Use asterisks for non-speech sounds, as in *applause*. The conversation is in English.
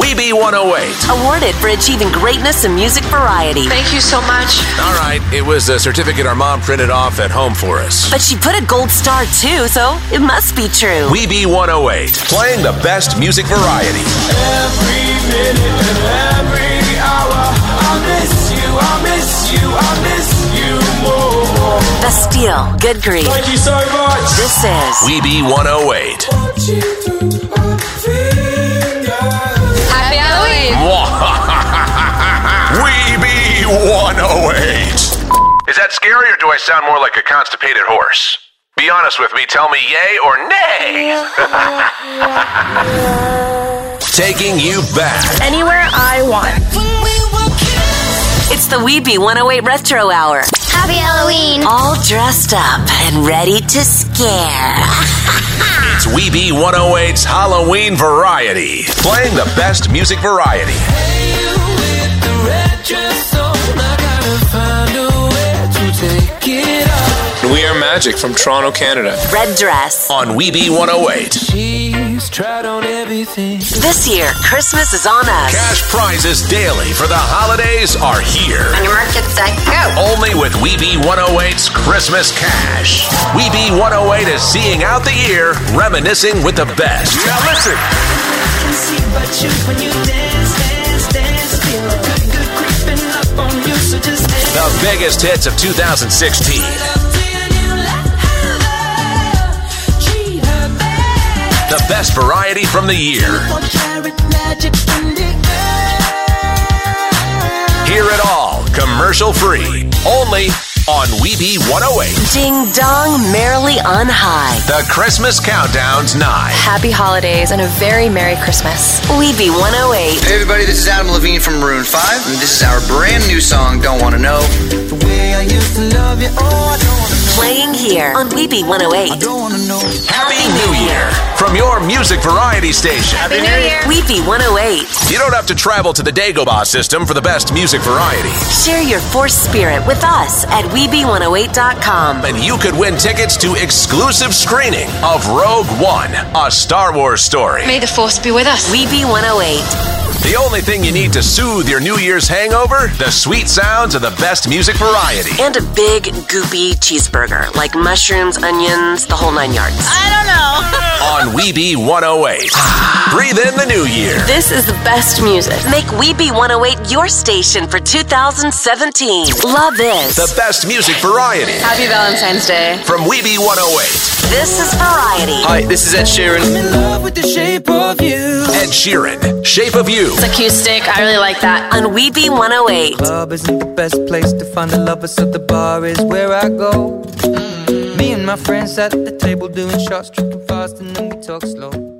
BB 108. Awarded for achieving greatness in music variety. Thank you so much. All right, it was the certificate our mom printed off at home for us. But she put a gold star too, so it must be true. WeBe 108, playing the best music variety. Every minute and every hour, I miss you, I miss you, I miss you more. Bastille, good grief. Thank you so much. This is WeBe *laughs* 108. What you do, my fingers. Happy Halloween. WeBe 108. Is that scary or do I sound more like a constipated horse? Be honest with me, tell me yay or nay. *laughs* Taking you back. Anywhere I want. it's the WeBe 108 Retro Hour. Happy Halloween. All dressed up and ready to scare. It's WeBe 108's Halloween variety. Playing the best music variety. We are Magic from Toronto, Canada. Red dress. On oh WeBe 108. She's tried on everything. This year, Christmas is on us. Cash prizes daily for the holidays are here. On your mark, get set, go. Only with WeBe 108's Christmas Cash. WeBe 108 is seeing out the year, reminiscing with the best. Now listen. The biggest hits of 2016. The best variety from the year. Hear it all, commercial free. Only on WeBe 108. Ding dong, merrily on high. The Christmas Countdown's 9. Happy holidays and a very Merry Christmas. WeBe 108. Hey everybody, this is Adam Levine from Maroon 5, and this is our brand new song, Don't Wanna Know. The way I used to love you, oh, I don't wanna know. Playing here on oh WeBe 108. Don't wanna know. Happy New Year from your music variety station. Happy New Year. WeBe 108. You don't have to travel to the Dagobah system for the best music variety. Share your force spirit with us at E WeBe108.com. And you could win tickets to exclusive screening of Rogue One, a Star Wars story. May the force be with E us. WeBe108. The only thing you need to soothe your New Year's hangover? The sweet sounds of the best music variety. And a big, goopy cheeseburger, like mushrooms, onions, the whole nine yards. I don't know. On WeBe 108. Breathe in the new year. This is the best music. Make E WeBe 108 your station for 2017. Love is. The best music variety Happy Valentine's Day. from oh WeBe 108. This is variety. Hi, this is Ed Sheeran. I'm in love with the shape of you. Ed Sheeran, Shape of You. It's acoustic. I really like that. On E WeBe 108. Club isn't the best place to find a lover, so the bar is where I Mm. go. Me and my friends at the table doing shots, tripping fast, and then we talk slow.